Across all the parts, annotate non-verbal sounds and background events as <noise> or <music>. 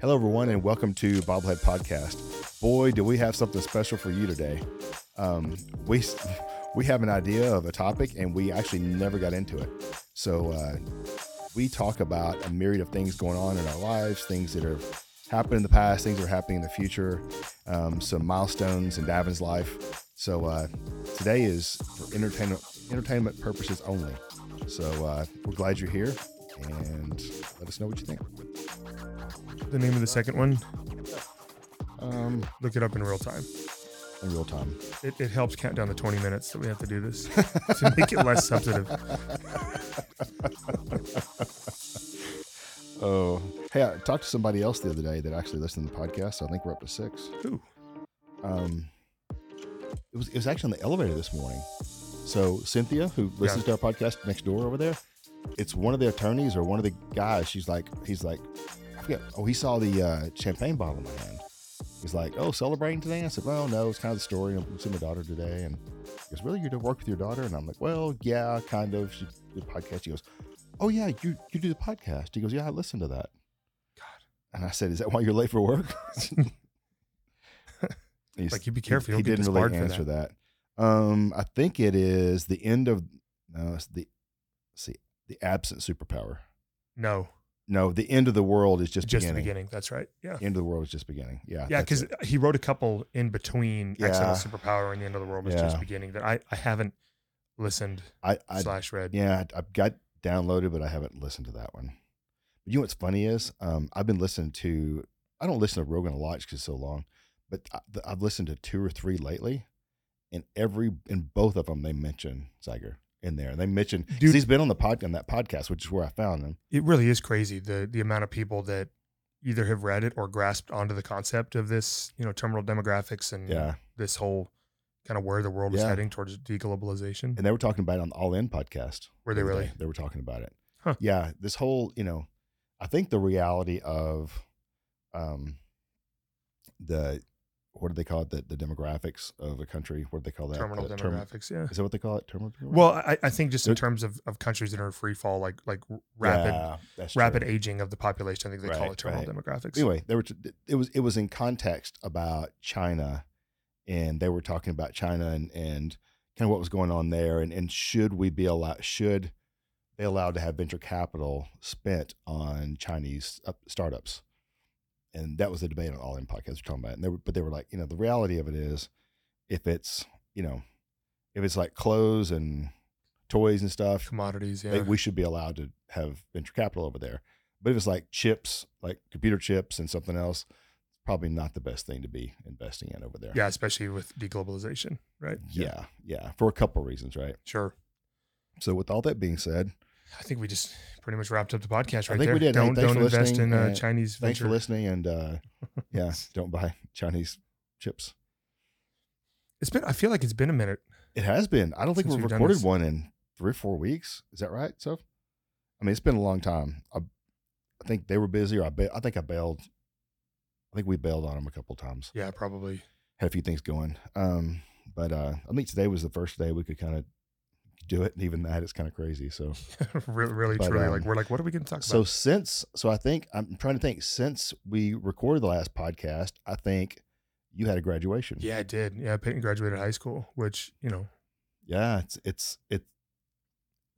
Hello, everyone, and welcome to Bobblehead Podcast. Boy, do we have something special for you today. Um, we <laughs> we have an idea of a topic, and we actually never got into it. So uh, we talk about a myriad of things going on in our lives, things that have happened in the past, things that are happening in the future, um, some milestones in Davin's life. So uh, today is for entertainment entertainment purposes only. So uh, we're glad you're here, and let us know what you think. The name of the second one, Um, look it up in real time. in real time. It, it helps count down the 20 minutes that we have to <laughs> do this to make it less substantive. Oh, hey, I talked to somebody else the other day that actually listened to the podcast. So I think we're up to six. Ooh. Um, it was it was actually on the elevator this morning. So Cynthia, who listens to our podcast next door over there, it's one of the attorneys or one of the guys. She's like, he's like, I forget. Oh, he saw the uh, champagne bottle in my hand. He's like, oh, celebrating today? I said, well, no, it's kind of the story. I'm seeing my daughter today, and he goes, really, you do work with your daughter? And I'm like, well, yeah, kind of. She did a podcast. He goes, oh yeah, you you do the podcast. He goes, yeah, I listen to that. God. And I said, is that why you're late for work? He's- Like, you be careful. he You'll get didn't really disbarred answer for that. that. Um, I think it is the end of no, it's the let's see the absent superpower. No, No, the end of the world is just, just the beginning. beginning. That's right. Yeah. The end of the world is just beginning. Yeah, Yeah, that's because it. he wrote a couple in between Yeah. Excellent Superpower and The End of the World was just Yeah. beginning that I, I haven't listened I, I slash read. yeah, I- I've got downloaded, but I haven't listened to that one. But you know what's funny is um, I've been listening to I don't listen to Rogan a lot because it's so long, but I, I've listened to two or three lately, and every in both of them they mention Zeiger in there, and they mention 'cause Dude. he's been on the pod on that podcast, which is where I found him. It really is crazy the, the amount of people that either have read it or grasped onto the concept of this, you know, terminal demographics and Yeah. this whole kind of where the world is Yeah. heading towards deglobalization. and they were talking about it on the All In podcast. Were they the other really? day. They were talking about it. Huh. Yeah, this whole you know, I think the reality of, um, the what do they call it? The the demographics of a country. What do they call that? terminal The term- demographics. yeah. is that what they call it? Terminal. demographic? Well, I, I think just in It- terms of, of countries that are in free fall, like like r- rapid Yeah, that's true. rapid aging of the population, I think they call Right, it terminal right. demographics. Anyway, they were. T- it was it was in context about China, and they were talking about China and and kind of what was going on there, and and should we be allowed? Should they allowed to have venture capital spent on Chinese up startups? And that was the debate on All In podcasts we're talking about. it. And they were, but they were like, you know, the reality of it is, if it's you know, if it's like clothes and toys and stuff, commodities, yeah. they- we should be allowed to have venture capital over there. But if it's like chips, like computer chips and something else, it's probably not the best thing to be investing in over there. yeah, especially with deglobalization, right? Yeah. Yeah. For a couple of reasons, right? Sure. So, with all that being said, I think we just pretty much wrapped up the podcast I right think there. we did. Hey, Don't thanks don't for invest listening, in uh, and Chinese thanks for venture. listening. And <laughs> uh, yeah, don't buy Chinese chips. It's been I feel like it's been a minute. It has been. I don't think Since we've we've done recorded this. one in three or four weeks. Is that right, Soph? I mean, it's been a long time. I, I think they were busy, or I, ba- I think I bailed. I think we bailed on them a couple times. Yeah, probably. <laughs> had a few things going. Um, but uh, I think today was the first day we could kind of do it, and even that is kind of crazy. So, really, really But, truly um, like we're like, what are we gonna talk so about? since so I think I'm trying to think since we recorded the last podcast, I think you had a graduation. Yeah, I did. Yeah, Peyton graduated high school, which, you know, yeah. It's it's it.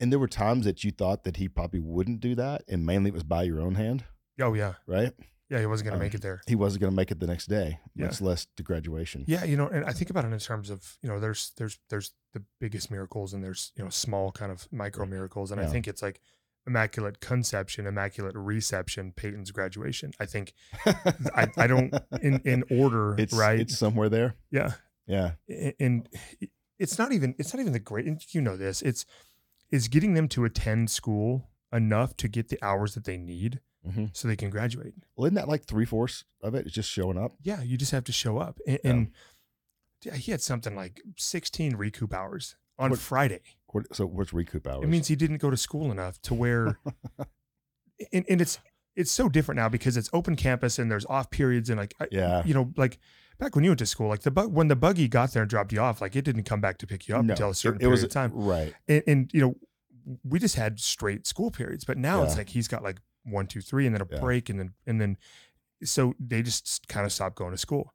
And there were times that you thought that he probably wouldn't do that, and mainly it was by your own hand, oh yeah. right? Yeah, he wasn't gonna Um, make it there. He wasn't going to make it the next day, Yeah. much less to graduation. Yeah, you know, and I think about it in terms of you know, there's there's there's the biggest miracles and there's you know small kind of micro miracles, and Yeah. I think it's like immaculate conception, immaculate reception, Peyton's graduation. I think I- <laughs> I don't- in in order, it's right? It's somewhere there. yeah, Yeah, A- and it- it's not even it's not even the great. and You know this. It's it's getting them to attend school enough to get the hours that they need Mhm. so they can graduate. well, isn't that like three fourths of it? It's just showing up. Yeah, you just have to show up, and, Yeah. and yeah, he had something like 16 recoup hours on What- Friday. What- So what's recoup hours? It means he didn't go to school enough <laughs> to where, and, and it's it's so different now because it's open campus and there's off periods and like I- Yeah. you know like back when you went to school like the bu- when the buggy got there and dropped you off like it didn't come back to pick you up No, until a certain it, it was period of time Right. and, and you know we just had straight school periods but now it's Yeah. like he's got like one two three and then a Yeah. break and then and then so they just kind of stop going to school.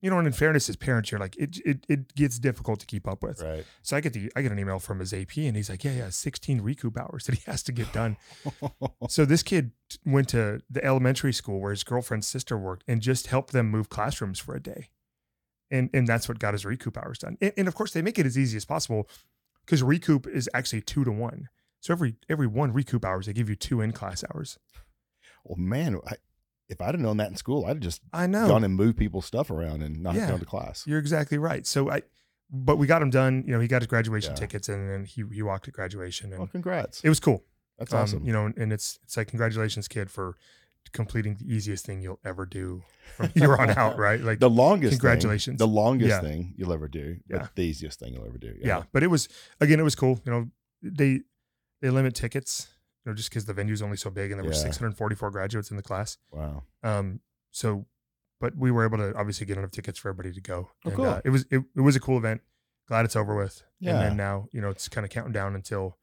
You know, and in fairness, as parents, you're like, it, it, it gets difficult to keep up with. Right. <laughs> So I get the I get an email from his AP and he's like, yeah, yeah, 16 recoup hours that he has to get done. so this kid t- went to the elementary school where his girlfriend's sister worked and just helped them move classrooms for a day. And and that's what got his recoup hours done. And, and of course they make it as easy as possible because recoup is actually two to one. So every every one recoup hours, they give you two in class hours. well, man, I, if I'd have known that in school, I'd have just I know. gone and moved people's stuff around and not have Yeah. gone to class. You're exactly right. So I but we got him done. You know, he got his graduation Yeah. tickets and then he he walked at graduation and Well, congrats. it was cool. That's Um, awesome. You know, and, and it's it's like congratulations, kid, for completing the easiest thing you'll ever do <laughs> from here on out, right? Like, the longest Congratulations. thing, the longest Yeah. thing you'll ever do Yeah. but the easiest thing you'll ever do yeah. But it was again, it was cool. You know, they they limit tickets, you know, just because the venue's only so big, and there were Yeah. 644 graduates in the class. wow Um, so, but we were able to obviously get enough tickets for everybody to go. Oh, and, cool. uh, it was it, it was a cool event. Glad it's over with. And Yeah. then now you know it's kind of counting down until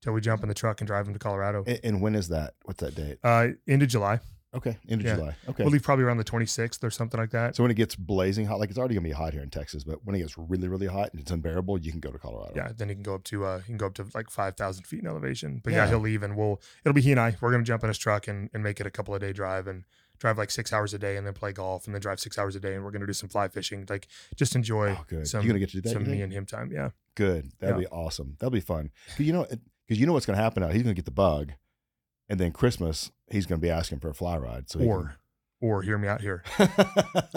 until we jump in the truck and drive them to Colorado. and, and when is that what's that date uh, end of July. okay end of Yeah. july okay We'll leave probably around the 26th or something like that. so when it gets blazing hot like it's already gonna be hot here in texas but when it gets really really hot and it's unbearable you can go to colorado yeah, then he can go up to uh he can go up to like five thousand feet in elevation. But yeah. Yeah. he'll leave and we'll it'll be he and I. We're gonna jump in his truck and, and make it a couple of day drive and drive like six hours a day and then play golf and then drive six hours a day and we're gonna do some fly fishing. Like just enjoy oh good some you're gonna get to do that some you me think? and him time. Yeah. good that'd Yeah. be awesome that'd be fun 'Cause you know because you know what's gonna happen now he's gonna get the bug and then christmas he's gonna be asking for a fly ride so he <laughs> Or or hear me out here. can-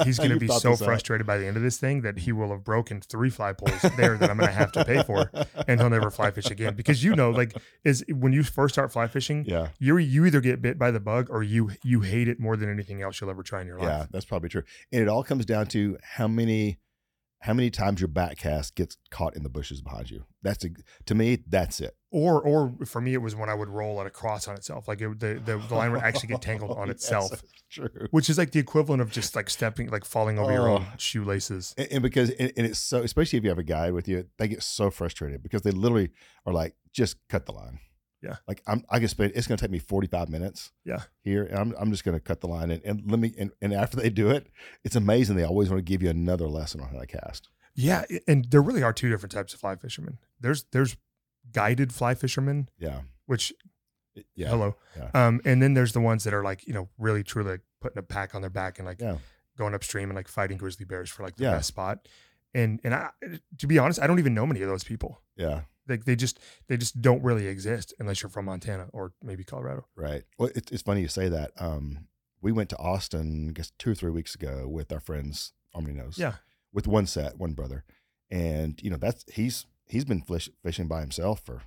He's gonna You be thought so this out. Mm. frustrated by the end of this thing that he will have broken three fly poles there that I'm gonna have to pay <laughs> for. And <laughs> he'll never fly fish again. Because you know, like is when you first start fly fishing, yeah you you either get bit by the bug or you you hate it more than anything else you'll ever try in your Yeah, life. that's probably true. And it all comes down to how many how many times your back cast gets caught in the bushes behind you. That's a, to me, that's it. Or or for me it was when I would roll at a cross on itself. Like it, the, the the line would actually <laughs> get tangled on Yes, itself, that's true. which is like the equivalent of just like stepping like falling over your own Oh. shoelaces. And, and because and, and it's so especially if you have a guide with you, they get so frustrated because they literally are like, just cut the line. Yeah. Like I'm I can spend it's gonna take me 45 minutes. Yeah. Here. And I'm I'm just gonna cut the line and, and let me and, and after they do it, it's amazing. They always want to give you another lesson on how to cast. Yeah, i- and there really are two different types of fly fishermen. There's there's guided fly fishermen, Yeah. which Yeah. hello. yeah. Um and then there's the ones that are like, you know, really truly like putting a pack on their back and like Yeah. going upstream and like fighting grizzly bears for like the Yeah. best spot. And and I to be honest, I don't even know many of those people. Yeah. Like they just they just don't really exist unless you're from Montana or maybe Colorado. Right. Well, it, it's funny you say that. Um, we went to Austin, I guess, two or three weeks ago with our friends Omni Knows. Yeah. With one set, one brother, and you know that's he's he's been fish, fishing by himself for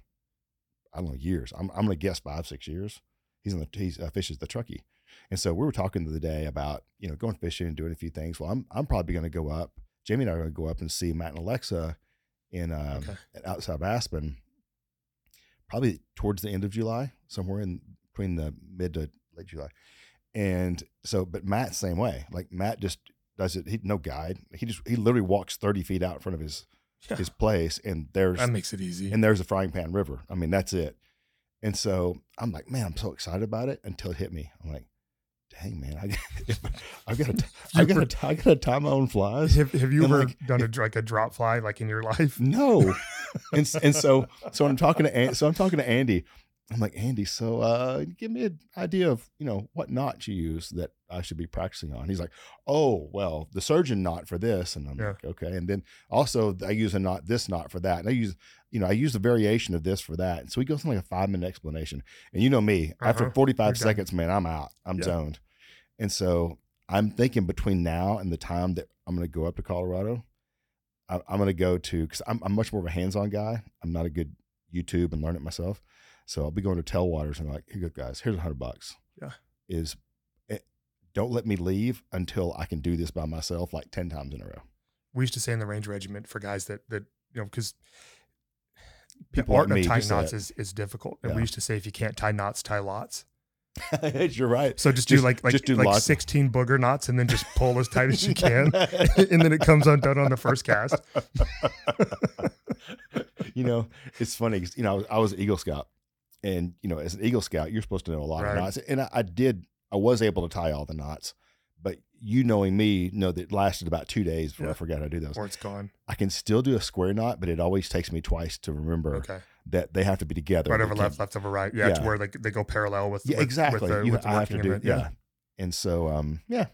I don't know years. I'm I'm gonna guess five six years. He's in the he's uh, fishes the Truckee, and so we were talking the other day about you know going fishing and doing a few things. Well, I'm I'm probably gonna go up. Jamie and I are gonna go up and see Matt and Alexa in um, Okay. outside of Aspen, probably towards the end of July, somewhere in between the mid to late July. And so, but Matt same way. Like Matt just does it. He no guide. He just he literally walks thirty feet out in front of his Yeah. his place, and there's That makes it easy. and there's a frying pan river. I mean, that's it. And so I'm like, man, I'm so excited about it until it hit me. I'm like, dang man, I I've got <laughs> to I've got to I got to tie my own flies. have, have you and, ever like, done a like a drop fly like in your <laughs> life? No. and, s- and so so I'm talking to An- so I'm talking to Andy. I'm like Andy, so uh, give me an idea of you know what knot you use that I should be practicing on. He's like, oh well, the surgeon knot for this, and I'm Yeah. like, okay. And then also I use a knot this knot for that, and I use you know I use a variation of this for that. And so he goes on like a five minute explanation, and you know me, after Uh-huh. 45 You're done. seconds, man, I'm out, I'm Yeah. zoned, and so I'm thinking between now and the time that I'm going to go up to Colorado, I, I'm going to go to because I'm, I'm much more of a hands-on guy. I'm not a good YouTube and learn it myself, so I'll be going to Tellwaters and like, here you go, guys. Here's a hundred bucks. Yeah. is it, don't let me leave until I can do this by myself, like ten times in a row. We used to say in the Ranger Regiment for guys that that you know because the People art like of me, tying just say knots it. is, is difficult. And Yeah. we used to say if you can't tie knots, tie lots. <laughs> You're right. So just, Just- do like like just do like lots. sixteen booger knots and then just pull as tight <laughs> as you can. <laughs> and then it comes undone on the first cast. <laughs> you know, it's funny 'cause, you know I was, I was an Eagle Scout, and you know, as an Eagle Scout, you're supposed to know a lot Right. of knots, and I, I did. I was able to tie all the knots, But you knowing me know that it lasted about two days before Yeah. I forgot how to do those. or it's gone. I can still do a square knot, but it always takes me twice to remember Okay. that they have to be together. Right They over can't- left, left over right. Yeah, to Yeah. where like they go parallel with Yeah, with- with exactly. the- You- with the I have to working do of it. yeah. And so um yeah.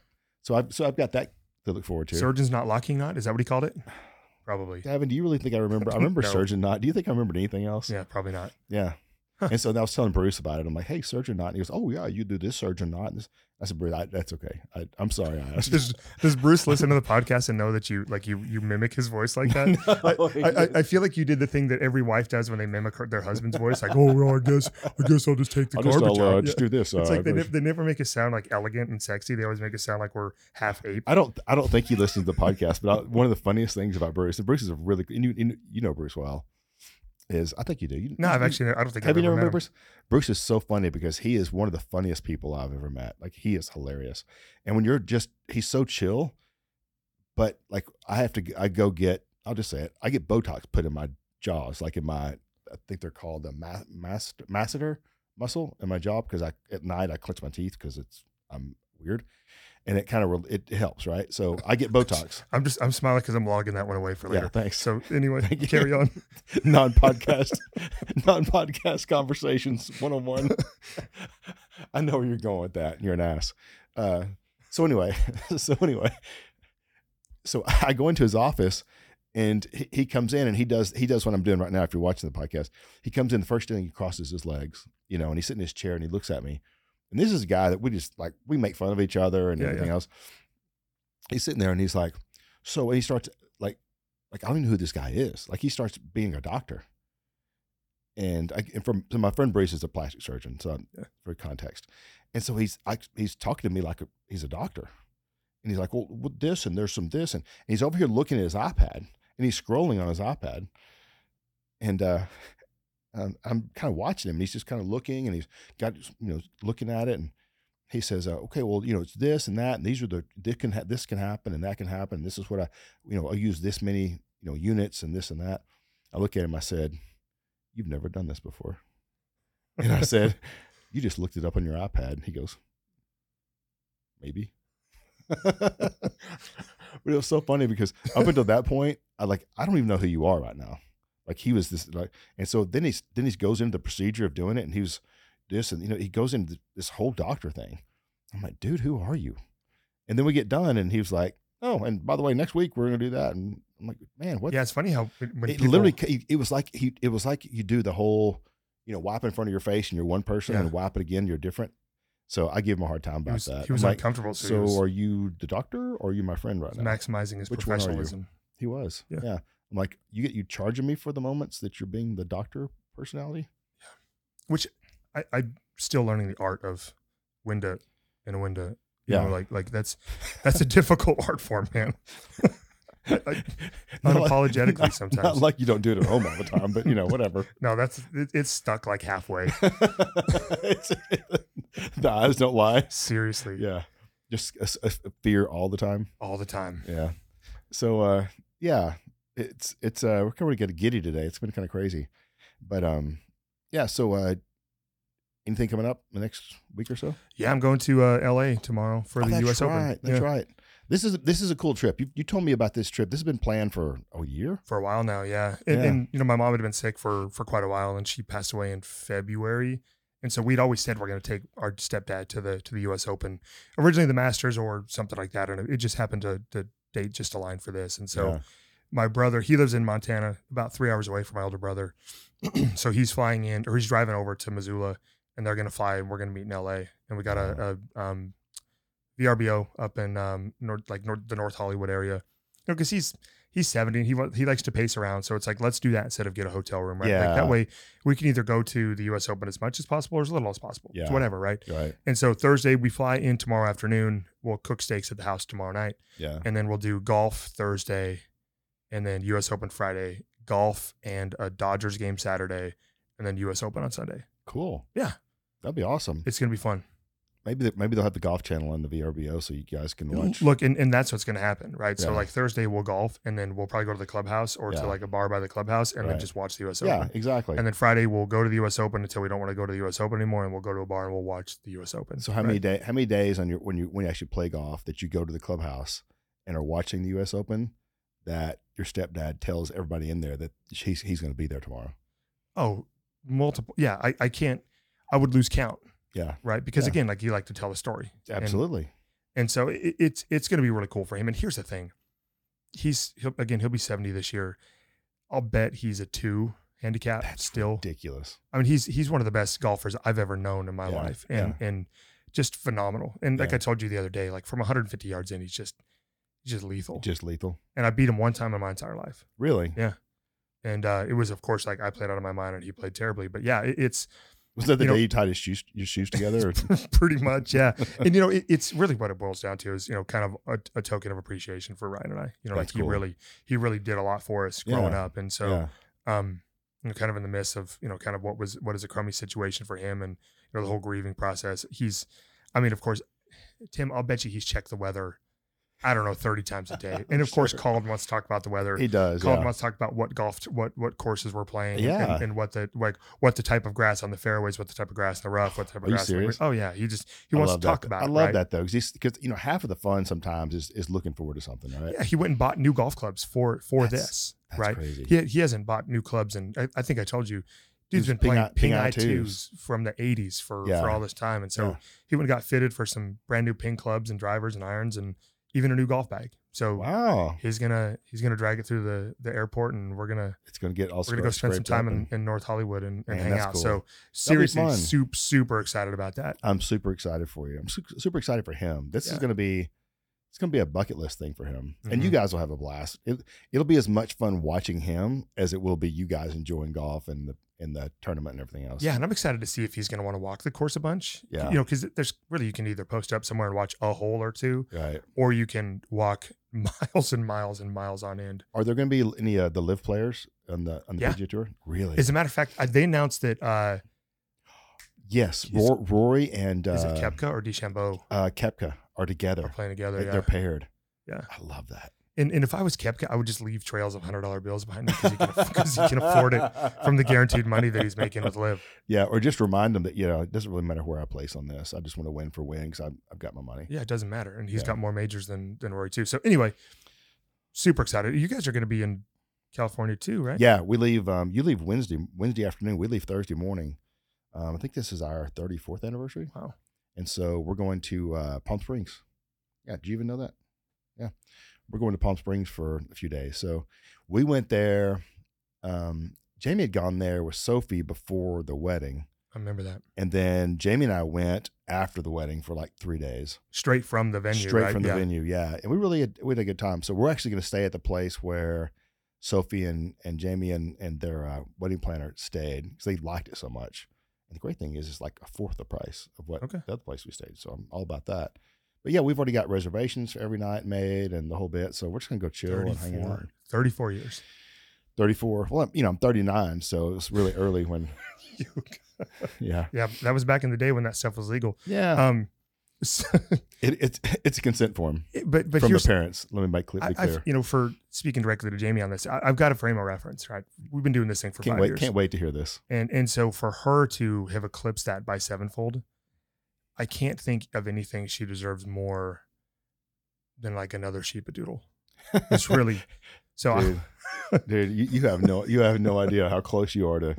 So I've so I've got that to look forward to. Surgeon's not locking knot. Is that what he called it? <sighs> Probably. Davin, do you really think I remember? I remember <laughs> No. Surgeon Knot. Do you think I remembered anything else? Yeah, probably not. <laughs> Yeah. And so I was telling Bruce about it. I'm like, hey, Surgeon Knot. And he goes, oh, yeah, you do this Surgeon Knot. And this. I said, Bruce, I, that's okay. I, I'm sorry. I <laughs> asked. Does, does Bruce listen to the podcast and know that you like you you mimic his voice like <laughs> that? I, I, I- I feel like you did the thing that every wife does when they mimic her, their husband's voice, like, "Oh well, I guess I guess I'll just take the I'll just, garbage I'll, uh, out." Yeah. just do this. It's uh, like they, Bruce." nev- they never make us sound like elegant and sexy. They always make us sound like we're half ape. I don't. I don't think he listens to the podcast. But I, one of the funniest things about Bruce, and Bruce is a really, and you, and you know Bruce well, is I think you do. You, No, I've you- actually I don't think Have I've you ever never met met him. Bruce? Bruce is so funny because he is one of the funniest people I've ever met. Like he is hilarious, and when you're just he's so chill, but like I have to, g- I go get, I'll just say it, I get Botox put in my jaws, like in my, I think they're called the ma- mas- masseter muscle in my jaw because I at night I clench my teeth because it's I'm weird, and it kind of it helps, right? So I <laughs> get Botox. I'm just I'm smiling because I'm logging that one away for yeah, later. thanks. So <laughs> anyway, Thank you. carry on. <laughs> non podcast non podcast conversations one on one. <laughs> I know where you're going with that. You're an ass. Uh, so anyway, <laughs> so anyway, so I go into his office and he, he comes in and he does he does what I'm doing right now. If you're watching the podcast, he comes in the first thing he crosses his legs, you know, and he's sitting in his chair and he looks at me. And this is a guy that we just like we make fun of each other and Yeah, everything else. He's sitting there and he's like, so he starts like like I don't even know who this guy is. Like he starts being a doctor. And I and from so my friend Bruce is a plastic surgeon, so I'm- Yeah. for context. And so he's I, he's talking to me like a, he's a doctor. And he's like, well, what this and there's some this and, and he's over here looking at his iPad and he's scrolling on his iPad. And uh um, I'm kind of watching him and he's just kind of looking and he's got you know looking at it and he says, uh, "Okay, well, you know, it's this and that, and these are the this can ha- this can happen and that can happen. And this is what I, you know, I use this many you know units and this and that." I look at him. I said, "You've never done this before," and I said, "You just looked it up on your iPad." And he goes, "Maybe." but it was so funny because up until that point, I like I don't even know who you are right now. Like he was this like, and so then he's then he goes into the procedure of doing it, and he was this and you know he goes into this whole doctor thing i'm like dude who are you and then we get done and he was like oh and by the way next week we're gonna do that and i'm like man what Yeah, it's funny how when it people, literally ca- it was like he it was like you do the whole you know wipe in front of your face and you're one person Yeah. and wipe it again you're different so i give him a hard time he about was, that he was I'm like uncomfortable, so, so he was are you the doctor or are you my friend right now maximizing his Which one are you? professionalism. he was Yeah. yeah. i'm like you get you charging me for the moments that you're being the doctor personality I, I'm still learning the art of window and window. You Yeah. <laughs> know, like like that's that's a difficult art form, man. I- <laughs> I- Not like- not- Unapologetically, not sometimes. like you don't do it at home all the time but you know <laughs> whatever <laughs> no, that's it, it's stuck like halfway. It's- the eyes don't lie. Seriously, Yeah, just a, s- a f- a fear all the time. all the time. Yeah. So uh, yeah, it's it's uh, we're kind of getting giddy today. It's been kind of crazy, but um, yeah. So uh, anything coming up in the next week or so Yeah, I'm going to uh, L.A. tomorrow for Oh, the that's U.S. Open. Right, that's Yeah. right. This is this is a cool trip. You you told me about this trip. This has been planned for a year. for a while now. Yeah. And, Yeah. and you know, my mom had been sick for for quite a while, and she passed away in February. And so we'd always said we're going to take our stepdad to the to the U.S. Open, originally the Masters or something like that, and it just happened to the date just aligned for this. And so Yeah. my brother, he lives in Montana, about three hours away from my older brother, <clears throat> so he's flying in or he's driving over to Missoula, and they're going to fly, and we're going to meet in L.A. And we got a, a um, VRBO up in um north like north the North Hollywood area, you know, because he's he's 70 and he wa- he likes to pace around so it's like let's do that instead of get a hotel room right like Yeah. that way we can either go to the us open as much as possible or as little as possible It's Yeah. whatever right right. and so thursday we fly in tomorrow afternoon we'll cook steaks at the house tomorrow night Yeah. and then we'll do golf thursday and then us open friday golf and a dodgers game saturday and then us open on sunday Cool. Yeah. That'd be awesome. it's gonna be fun Maybe that maybe they'll have the golf channel on the VRBO so you guys can watch. Look, and, and that's what's going to happen, right? So Yeah. like Thursday we'll golf, and then we'll probably go to the clubhouse or Yeah. to like a bar by the clubhouse, and Right. then just watch the U.S. yeah, Open. exactly. And then Friday we'll go to the U.S. Open until we don't want to go to the U.S. Open anymore, and we'll go to a bar and we'll watch the U.S. Open. so how many day how many days on your when you when you actually play golf that you go to the clubhouse and are watching the U.S. Open that your stepdad tells everybody in there that he's he's going to be there tomorrow. Oh, multiple. Yeah, I, I can't. I would lose count, Yeah, right? Because Yeah. again, like you like to tell the story, And- absolutely. and so it, it's it's going to be really cool for him. And here's the thing, he's he'll, again he'll be seventy this year. I'll bet he's a two handicap That's still. Ridiculous. I mean he's he's one of the best golfers I've ever known in my Yeah, life, and and just phenomenal. And like Yeah. I told you the other day, like from 150 yards in, he's just he's just lethal. Just lethal. and I beat him one time in my entire life. Really? And uh, it was of course like I played out of my mind, and he played terribly. But yeah, it, it's Was that the You day know- you tied his shoes, your shoes <laughs> together? Or, pretty much yeah and you know it, it's really what it boils down to is you know kind of a, a token of appreciation for ryan and i you know That's like he cool. really he really did a lot for us growing Yeah. up and so um you know, kind of in the midst of you know kind of what was what is a crummy situation for him and you know the whole grieving process he's i mean of course tim i'll bet you he's checked the weather i don't know 30 times <laughs> a day and of course Sure. called wants to talk about the weather he does. Colin yeah. wants to talk about what golf, what what courses we're playing, Yeah. and, and what the like, what the type of grass on the fairways, what the type of grass in the rough, what type of Are you grass. on the green. serious? oh yeah, he just he I wants to love talk that. about. I it, love right? that though, because you know half of the fun sometimes is is looking forward to something, right? Yeah, he went and bought new golf clubs for for That's- this, That's right? crazy. He he hasn't bought new clubs, and I, I think I told you, dude's was been ping playing eye- ping, ping eye eye twos. twos from the '80s for Yeah. for all this time, and so Yeah. he went and got fitted for some brand new ping clubs and drivers and irons and even a new golf bag. So. Wow, He's gonna he's gonna drag it through the the airport, and we're gonna it's going to get all. we're gonna go scra- spend some scraped up time in, and- in North Hollywood and, and Man, hang that's out. cool. That'd So fun. seriously, super super excited about that. I'm super excited for you. I'm su- super excited for him. This is Yeah. Mm-hmm. going to be. It's going to be a bucket list thing for him, and you guys will have a blast. It, it'll be as much fun watching him as it will be you guys enjoying golf and the and the tournament and everything else. Yeah, and I'm excited to see if he's gonna want to walk the course a bunch. Yeah. you know, because there's really you can either post up somewhere and watch a hole or two, right. or you can walk <laughs> miles and miles and miles on end. Are there going to be any uh, the live players on the on the Yeah. PGA tour? Really? As a matter of fact, I, they announced that uh, yes. Is- Ro- Rory and uh, is it Kepka or Deschambeau uh, Kepka are are together. playing together. They- Yeah. They're paired. Yeah. I love that. And, and if I was Kepka, I would just leave trails of hundred dollar bills behind me because he, can aff- <laughs> 'cause he can <laughs> afford it from the guaranteed money that he's making with Live. Yeah, or just remind them that you know it doesn't really matter where I place on this. I just want to win for win because I've, I've got my money. Yeah, it doesn't matter. And he's Yeah. got more majors than than Rory too. So anyway, super excited. You guys are going to be in California too, right? Yeah, we leave. Um, you leave Wednesday Wednesday afternoon. We leave Thursday morning. Um, I think this is our 34th anniversary. Wow. And so we're going to uh, Palm Springs. Yeah, do you even know that? Yeah, we're going to Palm Springs for a few days. So we went there. Um, Jamie had gone there with Sophie before the wedding, I remember that. and then Jamie and I went after the wedding for like three days Straight from the venue. straight right? from the Yeah. venue. Yeah, and we really had, we had a good time. So we're actually going to stay at the place where Sophie and and Jamie and and their uh, wedding planner stayed because they liked it so much. And the great thing is, it's like a fourth the price of what Okay. the other place we stayed. So I'm all about that. But yeah, we've already got reservations for every night made and the whole bit. So we're just gonna go chill and hang out. 34, 34 years. <laughs> 34. Well, I'm, you know, I'm 39, so it was really early when. <laughs> Yeah. yeah, that was back in the day when that stuff was legal. Yeah. Um, <laughs> so- it, it's <laughs> it's a consent form but but from the here's parents. Let me make clear. I, be I've, clear. you know for speaking directly to Jamie on this, I, I've got a frame of reference. Right, we've been doing this thing for Can't five wait. years. Can't wait to hear this. And and so for her to have eclipsed that by sevenfold, I can't think of anything she deserves more than like another sheep a doodle. <laughs> It's really so I, dude, dude you, you have no you have no idea how close you are to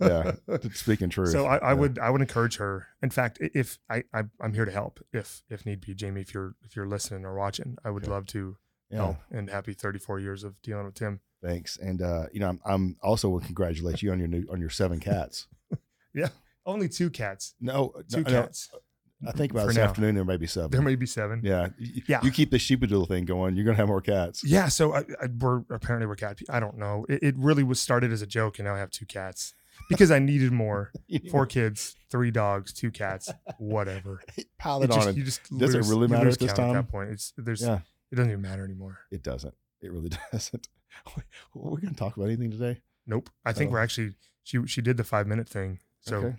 yeah to speaking truth <laughs> so I, I Yeah. would I would encourage her. In fact, i- if I, I I'm here to help if if need be, Jamie, if you're if you're listening or watching, I would Yeah. love to yeah help. And happy 34 years of dealing with Tim. thanks and uh you know i'm, I'm also will congratulate you on your new on your seven cats Only two cats. no Two no, no, cats. i think about for this now. afternoon there may be seven There may be seven. <laughs> yeah you, Yeah. you keep the sheepadoodle thing going you're gonna have more cats Yeah, so I, I, we're apparently we're cat. pe- I don't know. It, it really was started as a joke, and now I have two cats because I needed <laughs> more. Four kids, three dogs, two cats, <laughs> whatever. pile It it just, on it. you just Does it lose- really you matter lose at this count time? that point, it's there's yeah it doesn't even matter anymore. it doesn't it really <laughs> doesn't we're gonna talk about anything today Nope. I think Oh. we're actually she she did the five minute thing. So Okay.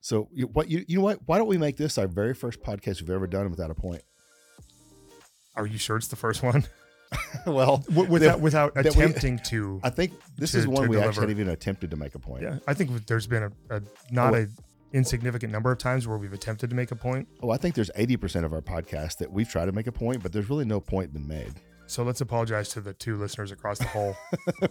So you- what you you know what? Why don't we make this our very first podcast we've ever done without a point? <laughs> Are you sure it's the first one? well, W- Without without that we- attempting to. <laughs> I think this To- is one to we deliver. actually haven't even attempted to make a point. yeah, I think there's been a, a not a insignificant number of times where we've attempted to make a point. Oh, I think there's 80% of our podcast that we've tried to make a point, but there's really no point been made. <laughs> So let's apologize to the two listeners across the whole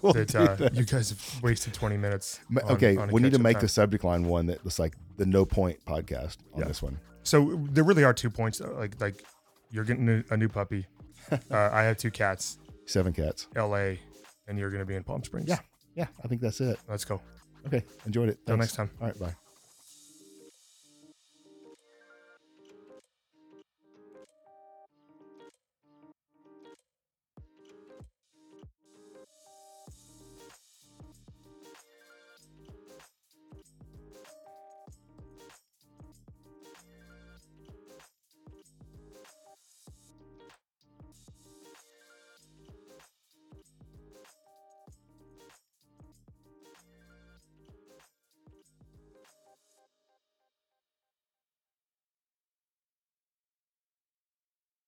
We'll that, do uh, that. you guys have wasted 20 minutes. Ma- on- okay, on a we need to catch-up make time. the subject line one that looks like the no point podcast on Yeah. this one. So there really are two points. though, Like like you're getting a, a <laughs> new puppy. uh, I have two cats, Seven cats. L.A., and you're going to be in Palm Springs. Yeah. Yeah, I think that's it. let's go. Okay, enjoyed it. Till Thanks. next time. All right, bye.